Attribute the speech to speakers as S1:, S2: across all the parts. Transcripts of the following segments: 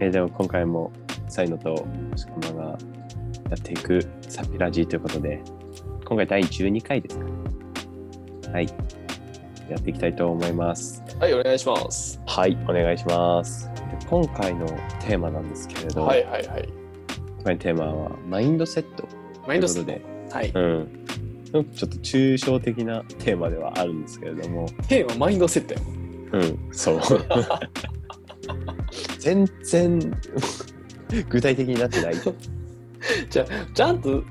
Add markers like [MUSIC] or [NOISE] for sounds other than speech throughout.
S1: えーでも今回もサイノとシカマがやっていくサピラジということで、今回第12回ですか。はい。やっていきたいと思います。
S2: はい、お願いします。
S1: はい、お願いします。で今回のテーマなんですけれど、
S2: はいはいはい。
S1: 今回のテーマはマインドセット
S2: マ
S1: と
S2: イ
S1: いう
S2: ンド
S1: こ
S2: セ
S1: と
S2: ッ
S1: で、
S2: ト。はい。
S1: うん。ちょっと抽象的なテーマではあるんですけれども、
S2: テーマ、マインドセットやもん。
S1: うん、 [LAUGHS] そう。全然具体的になってない。
S2: じゃあ、ちゃんと、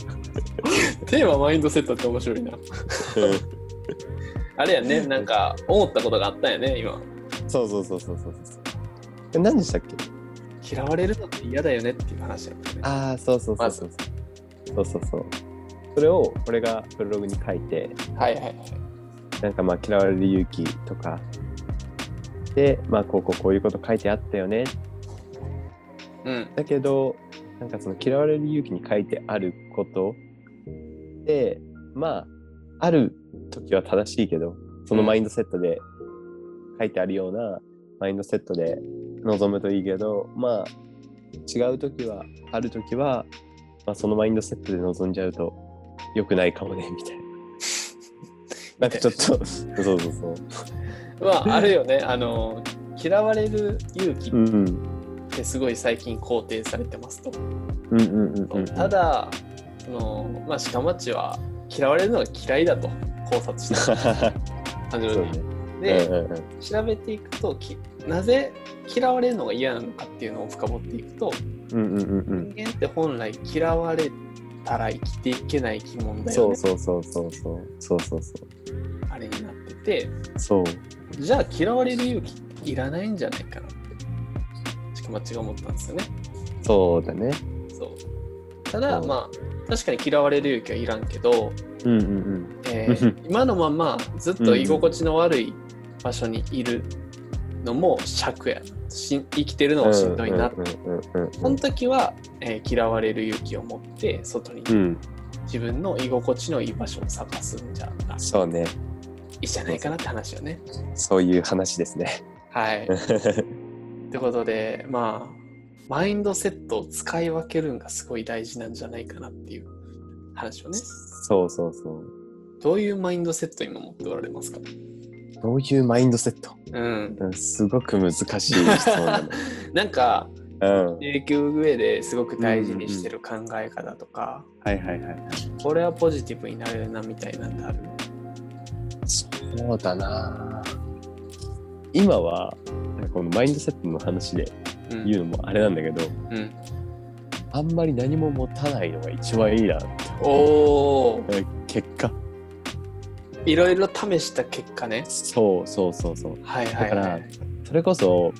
S2: [LAUGHS] テーマ、マインドセットって面白いな。あれやね、なんか、思ったことがあったんやね、今。
S1: そうそうそうそうそうそう。え何でしたっけ
S2: 嫌われるのって嫌だよねっていう話やったね。
S1: ああ、そうそうそうそうそう。そうそうそう。それを俺がブログに書いて、
S2: はいはいはい。
S1: なんかまあ嫌われる勇気とか、で、まあこうこうこういうこと書いてあったよね。
S2: うん。
S1: だけど、なんかその嫌われる勇気に書いてあることで、まあ、ある時は正しいけど、そのマインドセットで書いてあるようなマインドセットで臨むといいけど、まあ、違う時は、ある時は、まあ、そのマインドセットで臨んじゃうと良くないかもね、み
S2: [LAUGHS]
S1: たいな。なんかちょっと、そうそうそう。
S2: まあ、あれよね、あの、嫌われる勇気
S1: うん、うん、
S2: ってすごい最近肯定されてますと。
S1: うん、うんうん。
S2: ただ、その、まあ、鹿町は嫌われるのが嫌いだと考察した。感
S1: [LAUGHS] [LAUGHS] そ
S2: 情
S1: う
S2: に。
S1: ね。
S2: で、
S1: うんうんうん
S2: 調べていくときなぜ嫌われるのが嫌なのかっていうのを深掘っていくと
S1: うんうんうんうん。
S2: 人間って本来嫌われたら生きていけない疑問だよ
S1: そ
S2: ね
S1: うそうそうそうそうそうそうそ
S2: あれになってて
S1: うそう
S2: じゃあ嫌われる勇気いらないんじゃないかなってしかも違う思ったんですよね
S1: そうだね
S2: そうただ
S1: そう
S2: まあ確かに嫌われる勇気はいらんけど、
S1: うんうん
S2: えー今のままずっと居心地の悪い場所にいるのも尺やし生きてるの
S1: うん
S2: もしんどいなっ
S1: うんうんうんうん
S2: その時は、えー嫌われる勇気を持って外に
S1: うん
S2: 自分の居心地のいい場所を探すんじゃあい
S1: そうね
S2: いじゃないかなって話よね。
S1: そういう話ですね [LAUGHS]
S2: はい。ってことでまあマインドセットを使い分けるのがすごい大事なんじゃないかなっていう話をね。
S1: そうそうそう
S2: どういうマインドセット今持っておられますか
S1: どういうマインドセット
S2: うん。
S1: うんすごく難しい質問 [LAUGHS] だね
S2: なんか
S1: うんは
S2: 影響上ですごく大事にしてる考え方とか、
S1: いはいはい
S2: これはポジティブになれるなみたいなんてある。
S1: そうだな今はなんかこのマインドセットの話で
S2: うん。
S1: 言うのもあれなんだけど
S2: うん、
S1: あんまり何も持たないのが一番いいな
S2: おー。
S1: え結果
S2: いろいろ試した結果ね。
S1: そうそうそうそう
S2: はいは
S1: だ
S2: い
S1: か
S2: は
S1: ら
S2: い。
S1: それこそ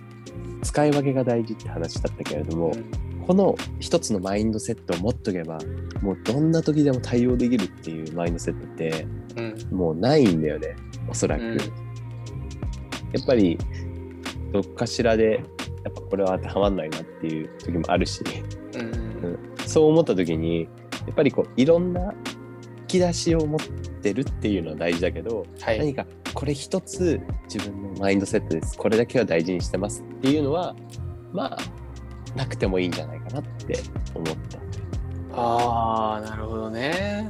S1: 使い分けが大事って話だったけれども、
S2: うん
S1: この一つのマインドセットを持っとけばもうどんな時でも対応できるっていうマインドセットって
S2: うん
S1: もうないんだよねおそらく、
S2: うん
S1: やっぱりどっかしらでやっぱこれは当てはまんないなっていう時もあるし [LAUGHS]
S2: うん
S1: そう思った時にやっぱりこういろんな引き出しを持ってるっていうのは大事だけど
S2: はい
S1: 何かこれ一つ自分のマインドセットですこれだけは大事にしてますっていうのはまあなくてもいいんじゃないかなって思った
S2: ああなるほどね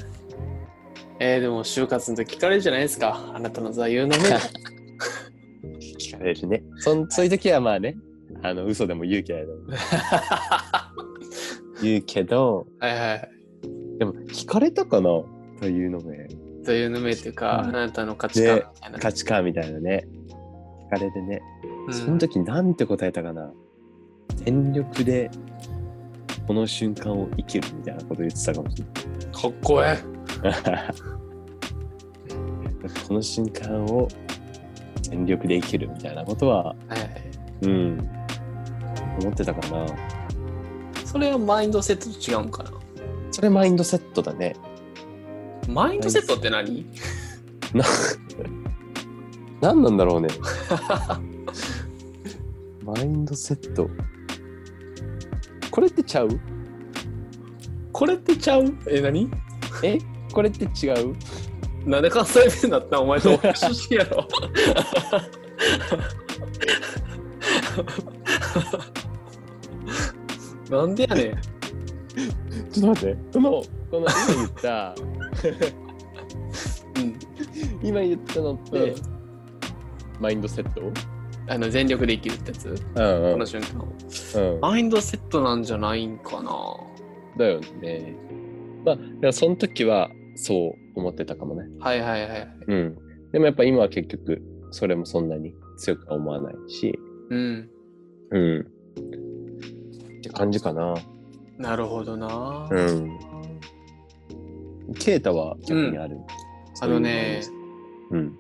S2: えー、でも就活の時聞かれるじゃないですかあなたの座
S1: [LAUGHS]
S2: 右の銘
S1: 聞かれるねそんそういう時はまあねあの嘘でも言うけれど [LAUGHS]
S2: は
S1: 言うけど
S2: いはい
S1: でも聞かれたかなというのね
S2: 座右の銘っていうか、
S1: うん
S2: あなたの価値観みたいな、
S1: 価値観みたいなね聞かれてね
S2: うん
S1: その時なんて答えたかな全力でこの瞬間を生きるみたいなこと言ってたかもしれない
S2: かっこえ
S1: この瞬間を全力で生きるみたいなことは、
S2: え、はいはい、
S1: うん、思ってたかな。
S2: それはマインドセットと違うんかな
S1: それマインドセットだね。
S2: マインドセットって何
S1: な、何なんだろうね。 [LAUGHS] マインドセット。これってちゃう
S2: これってちゃうえ何
S1: えこれって違う
S2: なんで関西弁になったんお前と同じ出身やろなんでやねん。
S1: ちょっと待って、この、この今言った、
S2: う
S1: [LAUGHS]
S2: ん。
S1: 今言ったのって、マインドセット
S2: あの、全力で生きるってやつ、
S1: うん
S2: この瞬間を。
S1: うん
S2: マインドセットなんじゃないんかな。
S1: だよね。まあ、だからその時はそう思ってたかもね。
S2: はいはいはい。
S1: うん。でもやっぱ今は結局、それもそんなに強くは思わないし、
S2: うん。
S1: うん。って感じかな。
S2: なるほどな。
S1: うん。ケイタは逆にある。
S2: あのね、
S1: うん。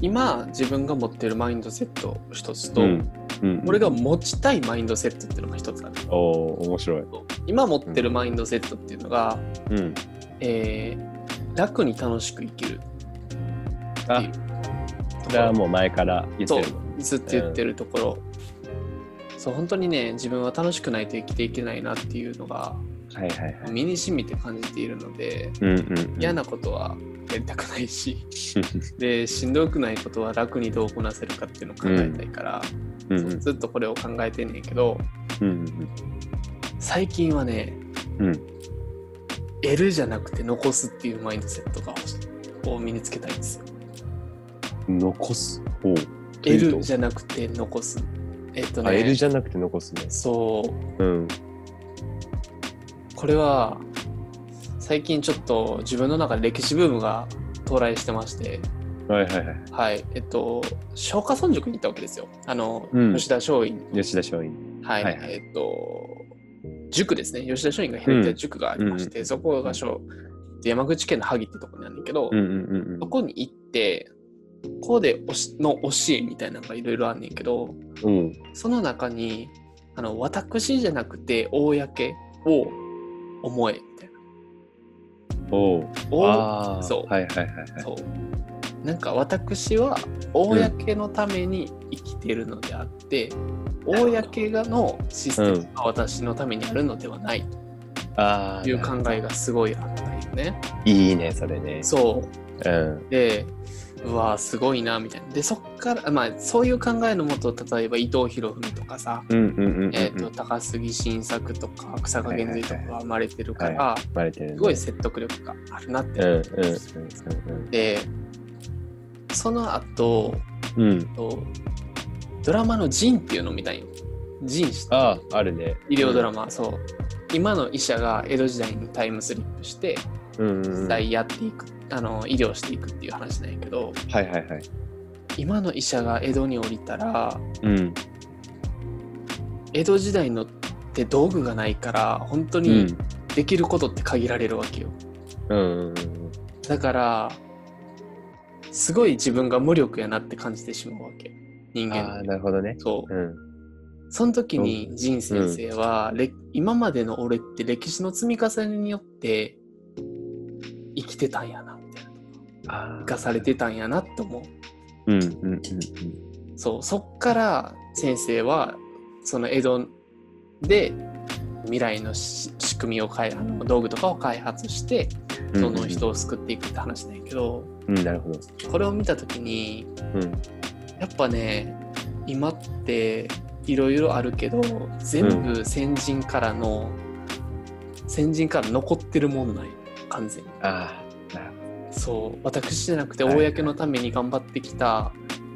S2: 今自分が持ってるマインドセット一つと、
S1: うんうん、
S2: 俺が持ちたいマインドセットっていうのが一つある。
S1: おお面白い。
S2: 今持ってるマインドセットっていうのが、
S1: うん。
S2: えー楽に楽しく生きる
S1: あ
S2: っていう
S1: それはもう前から言ってるもん。
S2: ずっと言ってるところ、そう本当にね自分は楽しくないと生きていけないなっていうのが
S1: はいはいはい。
S2: 身に染みて感じているので
S1: うんうんうん、
S2: 嫌なことはやりたくな
S1: [LAUGHS]
S2: いしでしんどくないことは楽にどうこなせるかっていうのを考えたいから、
S1: うん
S2: そうずっとこれを考えてんねんけど
S1: うんうん
S2: 最近はね、
S1: うん
S2: 得るじゃなくて残すっていうマインドセットがを身につけたいんですよ。
S1: うん残す方と
S2: 得
S1: いうと
S2: るじゃなくて残す。えっと
S1: あ
S2: ね、
S1: L じゃなくて残すね。
S2: そう
S1: うん。
S2: これは最近ちょっと自分の中で歴史ブームが到来してまして、
S1: はいはいはい。
S2: はいえっと、松下村塾に行ったわけですよ。あの、
S1: うん
S2: 吉田松陰。
S1: 吉田松陰。
S2: はい、
S1: はいはい
S2: えっと、塾ですね。吉田松陰が開いた塾がありまして、
S1: うん
S2: そこが小山口県の萩ってとこにあるんだけど、
S1: うんうんうん
S2: そこに行って、こうでおしの教えみたいなのがいろいろあんねんけど、
S1: うん。うん。
S2: その中に、あの、私じゃなくて、公を思え、みたいな。
S1: おう
S2: お
S1: ああ。
S2: そう
S1: はいはいはいはい。
S2: そうなんか私は公のために生きてるのであって、
S1: なるほど
S2: 公がのシステムが私のためにあるのではない
S1: ああ。
S2: という考えがすごいあったんよね。
S1: いいね、それね。
S2: そ
S1: うん。
S2: うでうわーすごいなみたいな。でそっからまあそういう考えのもと例えば伊藤博文とかさ、
S1: うんうんうんうんうん。
S2: えー、と高杉晋作とか草加源瑞とかが生まれてるから、
S1: バレてるね。
S2: すごい説得力があるなって
S1: うんうんう
S2: 思
S1: ん
S2: ってます。でその後
S1: うんうん。うん。
S2: とドラマの「ジン」っていうのみたいよ。ジンし
S1: ああ、あるね。
S2: 医療ドラマ、そう。今の医者が江戸時代にタイムスリップして、
S1: うんうんう
S2: 実
S1: ん。はい
S2: 際やっていく、あの医療していくっていう話なんやけど、
S1: はいはい。
S2: 今の医者が江戸に降りたら、
S1: うん。
S2: 江戸時代のって道具がないから、本当
S1: う
S2: に
S1: ん。
S2: できることって限られるわけよ。
S1: うんうん
S2: だから、すごい自分が無力やなって感じてしまうわけ。人
S1: うん。あ
S2: 間
S1: あ、。なるほどね。
S2: そう。
S1: うん。
S2: その時に仁先生は、れ今までの俺って歴史の積み重ねによって生きてたんやなみたいな
S1: あ
S2: 生かされてたんやなと思う
S1: うんうんうんうん。
S2: そうそっから先生はその江戸で未来のし仕組みを開あの道具とかを開発してどんどん人を救っていくって話なんやけど、
S1: うん、なるほど。
S2: これを見た時に
S1: うん。
S2: やっぱね今っていろいろあるけど全部先人からの、先人から残ってるもんない完全に
S1: ああ、なる
S2: そう私じゃなくて
S1: はい
S2: 公のために頑張ってきた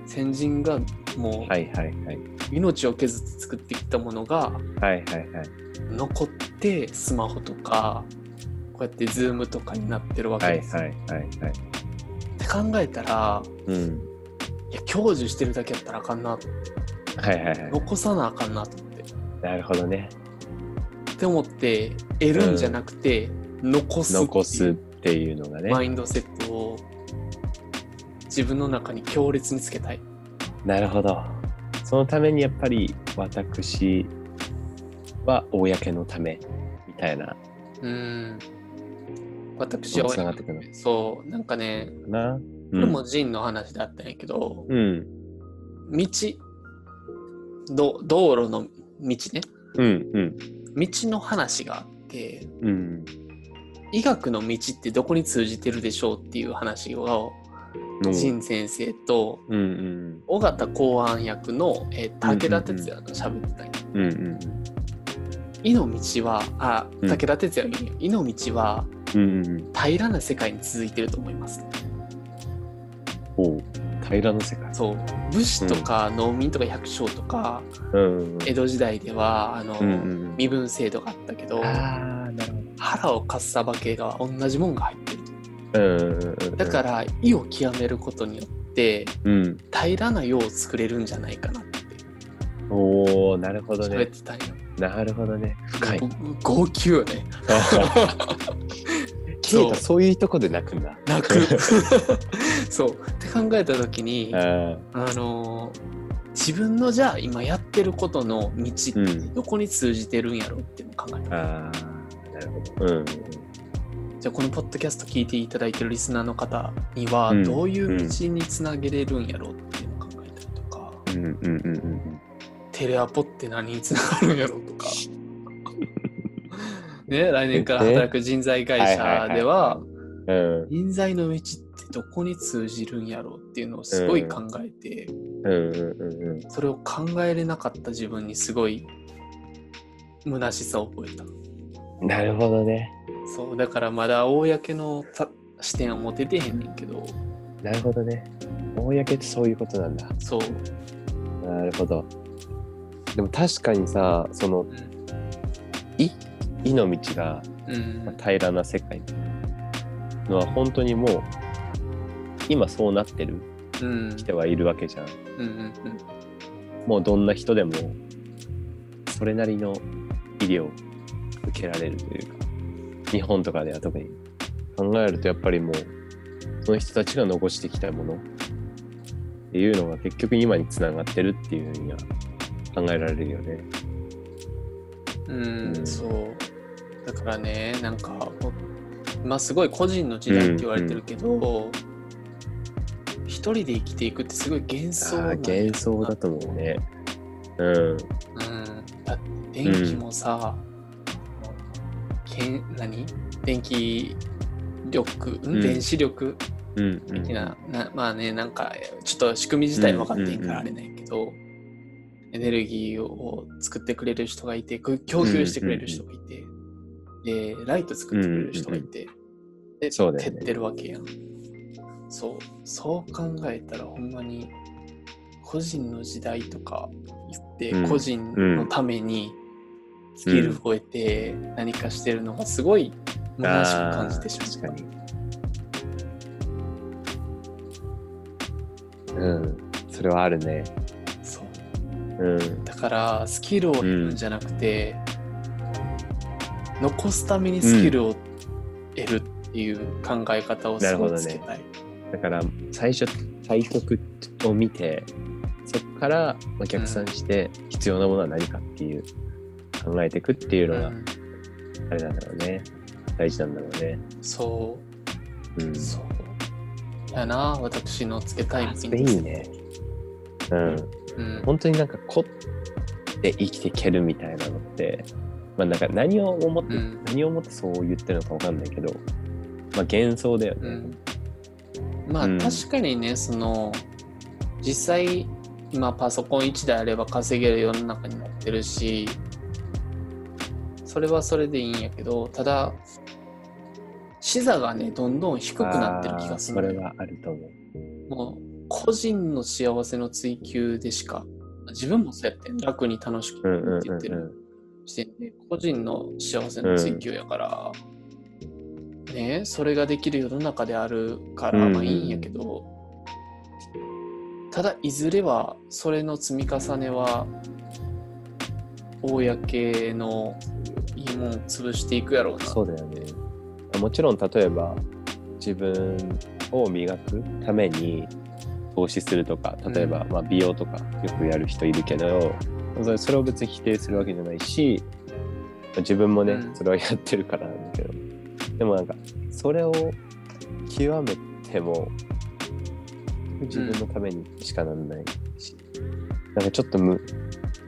S2: 先人がも
S1: はいはいはい。
S2: う命を削って作ってきたものが
S1: はいはいはい。
S2: 残ってスマホとかこうやってズームとかになってるわけ
S1: はい
S2: です、
S1: はいはいはい。
S2: って考えたら
S1: うん。
S2: いや享受してるだけやったらあかんなと
S1: はいはいはい。
S2: 残さなあかんなと思って
S1: なるほどね。
S2: って思って得るんじゃなくて、残す
S1: 残
S2: って
S1: す
S2: い
S1: っ
S2: う
S1: ていうのがね。
S2: マインドセットを自分の中に強烈につけたい
S1: なるほど。そのためにやっぱり私は公のためみたいな
S2: うん私
S1: つ
S2: は
S1: ながってくるのか
S2: そうなんかね
S1: な。
S2: これもジンの話だったんやけど、
S1: うん。
S2: 道ど道路の道ね
S1: うんうん
S2: 道の話があって
S1: うん。
S2: 医学の道ってどこに通じてるでしょうっていう話を
S1: うん。
S2: ジン先生と
S1: うんうん
S2: 尾形公安役の、えー武田鉄矢が喋ってたんや
S1: うんうん
S2: 井の道はあ
S1: うん
S2: 武田鉄矢の井の道は
S1: うんうんうん。
S2: 平らな世界に続いてると思います
S1: おう平らの世界。
S2: そう武士とか農民とか百姓とか、
S1: うんうんうん。
S2: 江戸時代ではあの、
S1: うんうん
S2: 身分制度があったけ
S1: う
S2: ど
S1: ん。ああ、なるほ
S2: 腹をかっさばけが同じもんが入ってる
S1: ど。うんうんうんうん。
S2: だから意を極めることによって
S1: うん。
S2: 平らな世を作れるんじゃないかなって
S1: おおなるほど
S2: 喋っ
S1: ね。
S2: てたんよ、
S1: なるほどね。深い。
S2: 僕号泣よね
S1: ケイ
S2: そう
S1: タそういうとこで泣くんだ。
S2: 泣く [LAUGHS] そうって考えた時に
S1: あー
S2: あのー自分のじゃあ今やってることの道、
S1: うん
S2: どこに通じてるんやろうっていうのを考える
S1: あー、なるほど。うん。
S2: じゃあこのポッドキャスト聞いていただいてるリスナーの方には
S1: うん
S2: どういう道につなげれるんやろうっていうのを考えたりとか、
S1: うんうんうんうん
S2: テレアポって何につながるんやろうと
S1: [LAUGHS]
S2: かね来年から働く人材会社では
S1: うん。うん
S2: 人材の道ってどこに通じるんやろうっていうのをすごい考えて、
S1: うんうんうんうん。
S2: それを考えれなかった自分にすごい虚しさを覚えた
S1: なるほどね。
S2: そうだからまだ公のた視点を持ててへんねんけど
S1: なるほどね。公ってそういうことなんだ。
S2: そう、
S1: なるほど。でも確かにさ、その、い、いの道が
S2: うん、
S1: 平らな世界のは本当にもう、今そうなってる
S2: うん
S1: 人はいるわけじゃん。
S2: うんうん
S1: もうどんな人でも、それなりの医療を受けられるというか、日本とかでは特に考えるとやっぱりもう、その人たちが残してきたものっていうのが結局今につながってるっていうふうには考えられるよね。
S2: うん、
S1: う
S2: うんん、そうだからねなんかこうまあすごい個人の時代って言われてるけど、一人で生きていくってすごい幻想
S1: あ
S2: な
S1: あ
S2: んや
S1: 幻想だと思うね。うん。
S2: うん、だって電気もさ、けん何電気力、ん
S1: うん
S2: 電子力
S1: うん、うん。
S2: 的な,、なまあねなんかちょっと仕組み自体分かってへんか
S1: うん
S2: らあれなんやけど、エネルギーを作ってくれる人がいてく供給してくれる人がいて、でライト作ってくれる人がいて、で
S1: そうだよね
S2: 照ってるわけやんそうそう考えたらほんまに個人の時代とか言って、
S1: うん
S2: 個人のためにスキルを超えて何かしてるのがすごい虚しく感じてしまった。
S1: あー確かに。うん。それはあるね。
S2: そう
S1: うん。
S2: だからスキルを得るんじゃなくて、残すためにスキルを得るっていう考え方をすごいつけたい、
S1: だから、最初、対局を見て、そこからまあ逆算して必要なものは何かっていう、考えていくっていうのが、あれなんだろうね。大事なんだろうね。
S2: うんそ
S1: うん
S2: う。そうやな私のつけたい
S1: あ
S2: ミ
S1: そ
S2: ー
S1: れ
S2: テ
S1: い
S2: ィング
S1: いね。うん。
S2: うん
S1: 本当になんか凝って生きていけるみたいなのって、まあ、なんか何を思って、
S2: うん
S1: 何を思ってそう言ってるのかわかんないけど、まあ、幻想だよ
S2: う
S1: ね。
S2: んまあ、
S1: うん
S2: 確かにねその実際今パソコン1台あれば稼げる世の中になってるしそれはそれでいいんやけどただ視座がねどんどん低くなってる気がする
S1: あー
S2: の
S1: それ
S2: よ
S1: はあると思う。
S2: もう個人の幸せの追求でしか自分もそうやってん楽に楽しく
S1: うんうんうんうん
S2: って言ってる視点で個人の幸せの追求やから、ねそれができる世の中であるから
S1: うんうん
S2: まあいいんやけど、ただいずれはそれの積み重ねは公のいいもんを潰していくやろうな
S1: そうだよね。もちろん例えば自分を磨くために投資するとか例えば、
S2: うん
S1: まあ美容とかよくやる人いるけどそれそれを別に否定するわけじゃないし自分もね、
S2: うん
S1: それはやってるからなんだけどでもなんかそれを極めても自分のためにしかならないし、なんかちょっとむ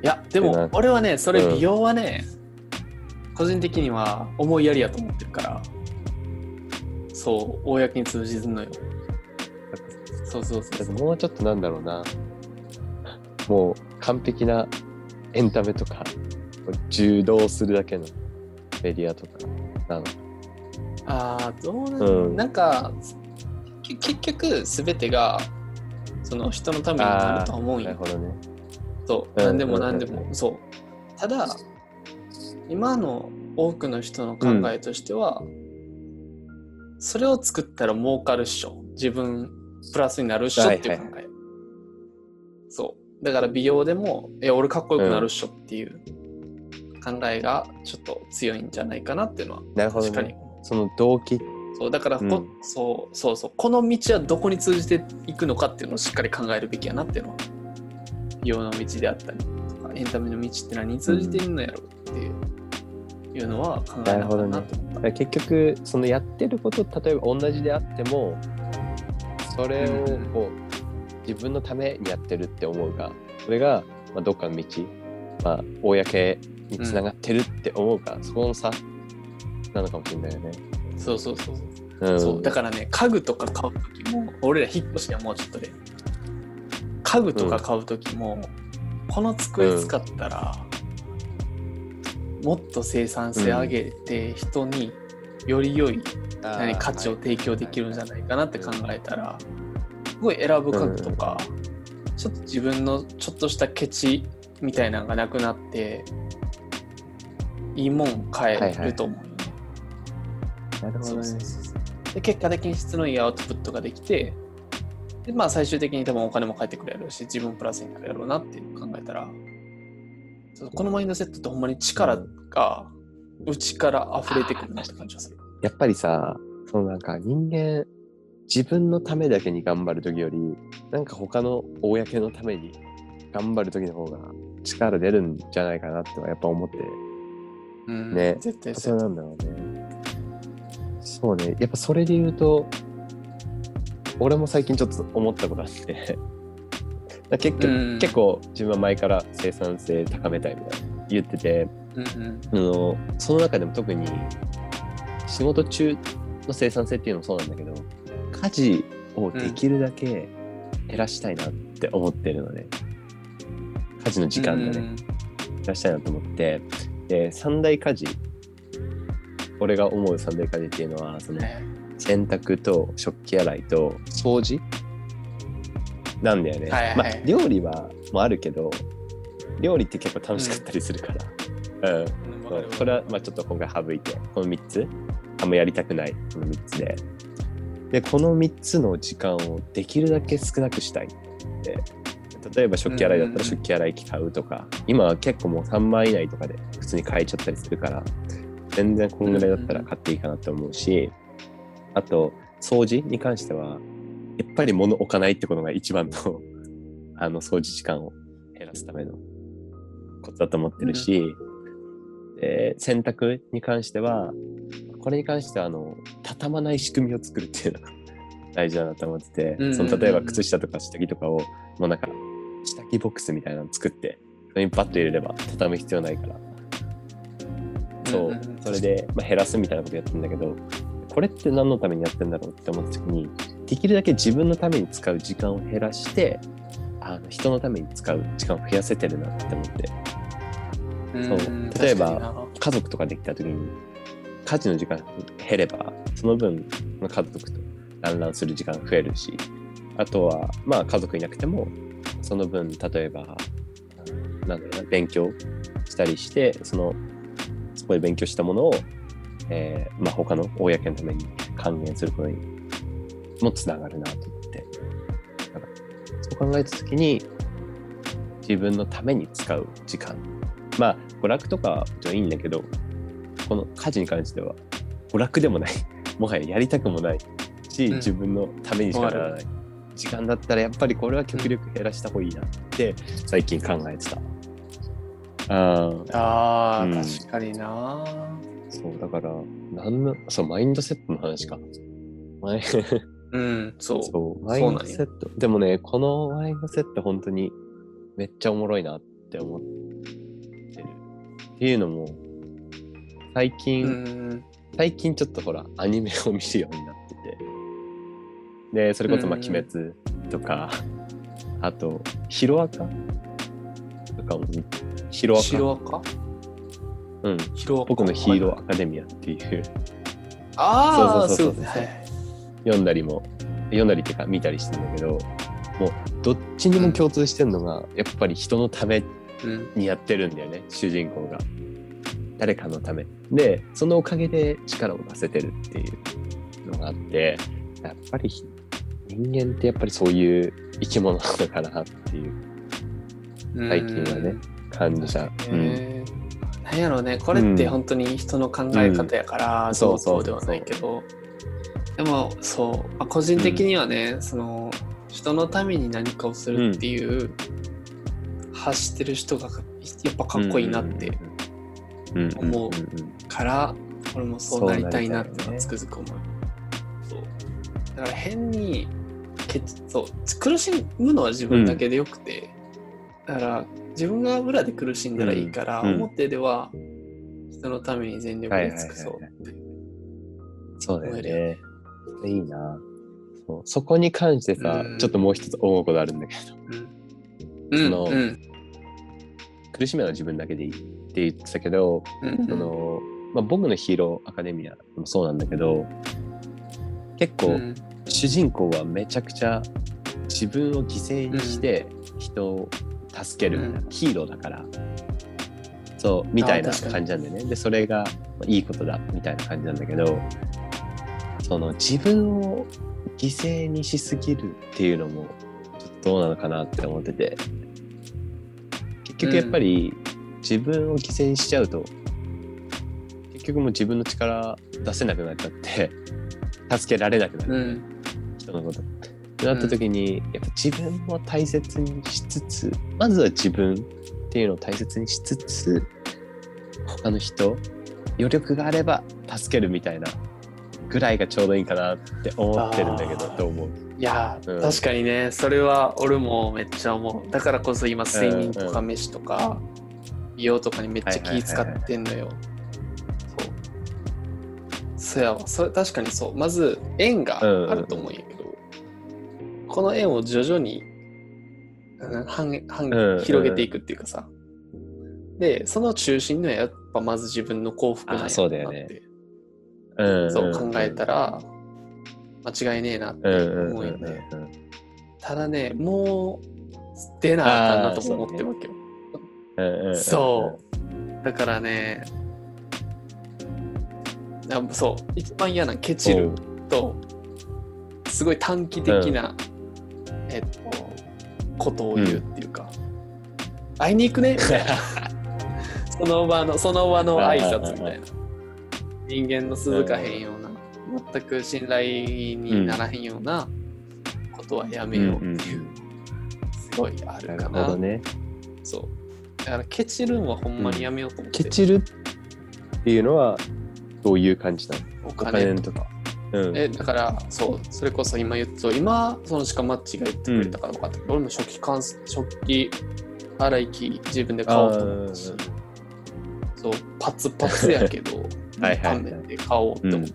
S2: いや
S1: って
S2: で
S1: な
S2: も
S1: んか
S2: 俺はねそれ
S1: うん
S2: 美容はね、個人的には思いやりやと思ってるからそう公に通じるのよそうそうそうそう
S1: もうちょっとなんだろうなもう完璧なエンタメとかこう受動するだけのメディアとかなの。
S2: ああどうなん、
S1: うん
S2: なんかけ結局全てがその人のためになるとは思うん
S1: なる
S2: よ
S1: ほどね。
S2: そう
S1: うん
S2: 何でも何で
S1: うん
S2: もそうただ今の多くの人の考えとしては、それを作ったら儲かるっしょ自分プラスになるっしょっていう考え、そうだから美容でもえ俺かっこよくなるっしょっていう考えがちょっと強いんじゃないかなっていうのは
S1: なるほど
S2: 確か
S1: ね
S2: に。
S1: その動機。
S2: そうだからこ、
S1: うん
S2: そうそうそうこの道はどこに通じていくのかっていうのをしっかり考えるべきやなっていうのは美容の道であったりとかエンタメの道って何に通じているのやろっていう,、いうのは考えなかったなと思っ
S1: だ
S2: た、
S1: から結局、そのやってること、例えば同じであっても、それを
S2: うん
S1: こう、自分のためにやってるって思うが、それが、まあ、どっかの道、まあ、公につながってるって思うか、そこの差なのかもしれないよね。
S2: そうそうそうそう,、
S1: うん、
S2: そうだからね家具とか買う時も俺ら引っ越しはもうちょっとで家具とか買う時も、この机使ったら、もっと生産性上げて人により良い何価値を提供できるんじゃないかなって考えたらすごい選ぶ家具とかちょっと自分のちょっとしたケチみたいなのがなくなっていいもん買えると思うよね。
S1: なるほど
S2: そう
S1: ね
S2: そう。そうで結果的に質のいいアウトプットができてで、まあ、最終的に多分お金も返ってくるやろうし自分プラスになるやろうなっていう考えたらそうこのマインドセットってほんまに力が内から溢れてくるなって感じがする。
S1: やっぱりさ、そのなんか人間、自分のためだけに頑張るときより、なんか他の公のために頑張るときの方が力出るんじゃないかなってのはやっぱ思って、
S2: うん
S1: ね
S2: 絶対
S1: そうなんだろうね。そうね、やっぱそれで言うと、俺も最近ちょっと思ったことあって、 [LAUGHS] だから結局、
S2: うん
S1: 結構自分は前から生産性高めたいみたいな言ってて、
S2: うんうん
S1: あのその中でも特に仕事中の生産性っていうのもそうなんだけど家事をできるだけ減らしたいなって思ってるのね、家事の時間だね、減らしたいなと思ってで三大家事俺が思う三大家事っていうのはそ
S2: うん
S1: の
S2: ね
S1: 洗濯と食器洗いと掃除なんだよね、
S2: はいはい
S1: まあ料理はもあるけど料理って結構楽しかったりするから、うん、そうこれはまあちょっと今回省いてこの3つあんまやりたくないこの3つででこの3つの時間をできるだけ少なくしたいって例えば食器洗いだったら食器洗い機買うとか、今は結構もう3万以内とかで普通に買えちゃったりするから全然こんぐらいだったら買っていいかなと思うし、あと掃除に関してはやっぱり物置かないってことが一番のあの掃除時間を減らすためのことだと思ってるし、で洗濯に関してはこれに関してはあの畳まない仕組みを作るっていうのが大事だなと思ってて、
S2: うんうんうん
S1: その例えば靴下とか下着とかをもうなんか下着ボックスみたいなの作ってそれにパッと入れれば畳む必要ないからそう、
S2: うんうん
S1: それで、まあ、減らすみたいなことやってるんだけどこれって何のためにやってんだろうって思った時にできるだけ自分のために使う時間を減らしてあの人のために使う時間を増やせてるなって思ってそう例えば家族とかできた時に家事の時間が減ればその分まあ家族と団らんする時間が増えるしあとはまあ家族いなくてもその分例えばなんだろうな勉強したりしてそのそこで勉強したものを、えーまあ、他の公のために還元することにもつながるなと思ってだからそう考えた時に自分のために使う時間まあ娯楽とかはもちろんいいんだけどこの家事に関しては娯楽でもない [LAUGHS] もはややりたくもないし、
S2: うん
S1: 自分のためにしかならない時間だったらやっぱりこれは極力減らした方がいいなって最近考えてた。あー
S2: ああ、
S1: うん
S2: 確かにな
S1: そうだからなんのそうマインドセットの話か。マイそう
S2: うんそう
S1: マインドセットでもねこのマインドセット本当にめっちゃおもろいなって思ってる。っていうのも最近、
S2: うん
S1: 最近ちょっとほらアニメを見るようになっててでそれこそ「まあ
S2: うん
S1: 鬼滅」とか、あと「ヒロアカ」とかも見てヒロアカ
S2: 白赤
S1: うん。
S2: ヒロ
S1: 僕のヒーローアカデミアっていう、
S2: ああ
S1: そうそうう
S2: そい
S1: そうう
S2: こ
S1: そう
S2: とはい
S1: 読んだりも、読んだりっていうか見たりしてんだけど、もうどっちにも共通してるのが、やっぱり人のため
S2: うん
S1: にやってるんだよね、主人公が。誰かのため。で、そのおかげで力を出せてるっていうのがあって、やっぱりひ人間ってやっぱりそういう生き物なのかなっていう最近はね感じた。
S2: う
S1: うんん
S2: へーなんやろうねこれって本当に人の考え方やから、
S1: ん
S2: そう
S1: そ
S2: そう
S1: う
S2: で
S1: そう
S2: は
S1: そう
S2: ないけどでもそうまあ個人的にはね、その人のために何かをするっていう、発してる人がやっぱかっこいいなって、
S1: うん
S2: 思
S1: んんん
S2: う。から俺もそうなりたいなって
S1: そうなりたいよね
S2: つくづく思うそうだから変にけそう苦しむのは自分だけでよくて、だから自分が裏で苦しんだらいいから、
S1: うんうん
S2: 表では人のために全力で尽くそうって
S1: そうだよ
S2: 思える
S1: ね。いいな。そうそこに関してさ、
S2: うん
S1: ちょっともう一つ思うことあるんだけど、
S2: うん
S1: その
S2: うん
S1: 苦しめのは自分だけでいいって言ってたけど、
S2: うん
S1: そのまあ、僕のヒーローアカデミアもそうなんだけど、結
S2: う
S1: 構
S2: ん
S1: 主人公はめちゃくちゃ自分を犠牲にして人を助けるみたいな、ヒーローだからそうみたいな
S2: あー確かに
S1: 感じなんだよねでそれがまあいいことだみたいな感じなんだけどその自分を犠牲にしすぎるっていうのもちょっとどうなのかなって思ってて結局やっぱり自分を犠牲にしちゃうと、結局もう自分の力出せなくなっちゃって助けられなくなる
S2: うん
S1: 人のことってなった時に、やっぱ自分も大切にしつつまずは自分っていうのを大切にしつつ他の人余力があれば助けるみたいなぐらいがちょうどいいかなって思ってるんだけど
S2: あー
S1: どう思う
S2: いやー、
S1: うん
S2: 確かにねそれは俺もめっちゃ思うだからこそ今睡眠とか飯とか美容とかにめっちゃ気使ってんのよそうそやわそれ確かにそうまず縁があると思うんやけど、この縁を徐々にうん半半
S1: うんうん
S2: 広げていくっていうかさ、でその中心にはやっぱまず自分の幸福なんや
S1: あ
S2: な
S1: そうだよ
S2: っ
S1: ね
S2: て
S1: うん
S2: そう考えたら間違いねえなって
S1: うんうん
S2: 思
S1: う
S2: うんよ
S1: うん
S2: ね。ただね、もう出なあかんなとも思ってるわけよ。
S1: うんうん
S2: そう。だからね、あそう、一番嫌なケチると、すごい短期的な、えっと、ことを言うっていうか、会いに
S1: [LAUGHS]
S2: 行くねみたいな。その場の、その場の挨拶みたいな。人間の続かへんような、全く信頼にならへんようなことはやめようっていう、
S1: うん
S2: すごいあ
S1: な
S2: る
S1: る
S2: か
S1: ほ
S2: な。
S1: どね
S2: そう。だから、ケチるんはほんまにやめようと思って。
S1: ケチるっていうのはどういう感じなの
S2: お
S1: お
S2: 金
S1: 金とか、うん、
S2: えだからそうそれこそ今言っと今そのしかマッチが言ってくれたから分かったけど、俺も食器乾燥食器洗い機自分で買おうと思ったし
S1: あ
S2: そうパツパツやけ
S1: [LAUGHS]
S2: ど
S1: はいはい
S2: 乾麺で買おうって思った、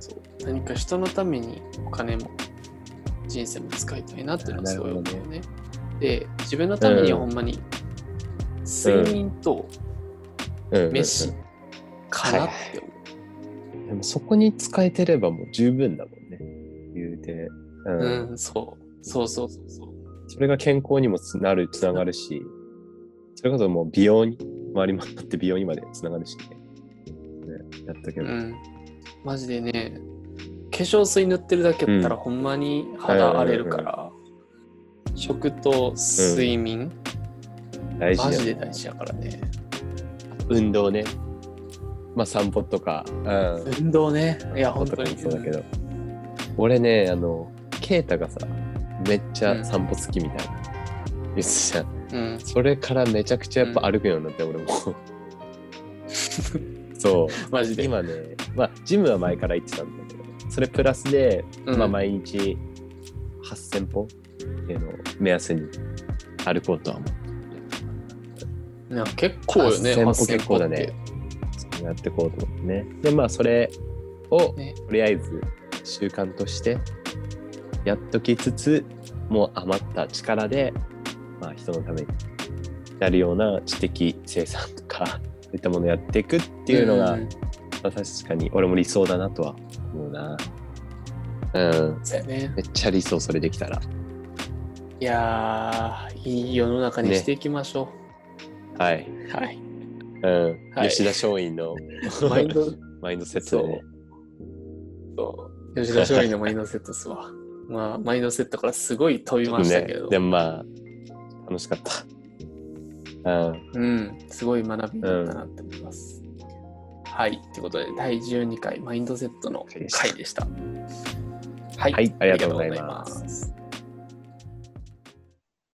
S2: そう何か人のためにお金も人生も使いたいなっていうのはすごい思うよねで自分のためにはほんまに睡眠と
S1: うんうん
S2: 飯かなって思う、
S1: でもそこに使えてればもう十分だもんね。言うて。うん。
S2: うん、そうそうそうそうそう
S1: それが健康にもつなる、つながるし、それこそもう美容に、周りもあって美容にまでつながるしね。ねやったけど。
S2: うん、マジでね化粧水塗ってるだけやったら
S1: う
S2: ほんまに肌荒れるから、食と睡眠、
S1: 大事
S2: マ
S1: だ
S2: ジで
S1: よね
S2: 大事やからね
S1: 運動ね。まあ散歩とか。うん。
S2: 運動ねいや
S1: 散歩と
S2: 本当
S1: かも
S2: に
S1: そうだけど。俺ね、あの、ケイタがさ、めっちゃ散歩好きみたいな。言ってた
S2: うん
S1: それからめちゃくちゃやっぱ歩くようになって、
S2: [LAUGHS]
S1: 俺も。そう。
S2: マジで、
S1: 今ね、まあ、ジムは前から行ってたんだけど、それプラスで、
S2: うん
S1: まあ、毎日8000歩っていうのを目安に歩こうとは思う。
S2: なんか結構よね
S1: 8000歩
S2: 8000
S1: 結構だ
S2: 歩って
S1: ね。そうやっていこうと思ってね。で、まあ、それを
S2: ね
S1: とりあえず習慣としてやっときつつ、もう余った力で、まあ、人のためになるような知的生産とか、そういったものをやっていくっていうのが、まあ確かに俺も理想だなとは思うな。うん。
S2: そうやね
S1: めっちゃ理想それできたら。
S2: いやーいい世の中にしていきましょ
S1: はい。
S2: う、はい
S1: うん。
S2: はい
S1: 吉田松陰の
S2: [LAUGHS] マインド
S1: [LAUGHS] マインドセットでね。
S2: そう吉田松陰のマインドセットっすわまあマインドセットからすごい飛びましたけど、
S1: ね、でもまあ、楽しかった。うん。
S2: うん、すごい学びになったなって思います。はい、ということで、第12回マインドセットの回でした。はい
S1: はいありがとうございます
S2: ありがとうございます。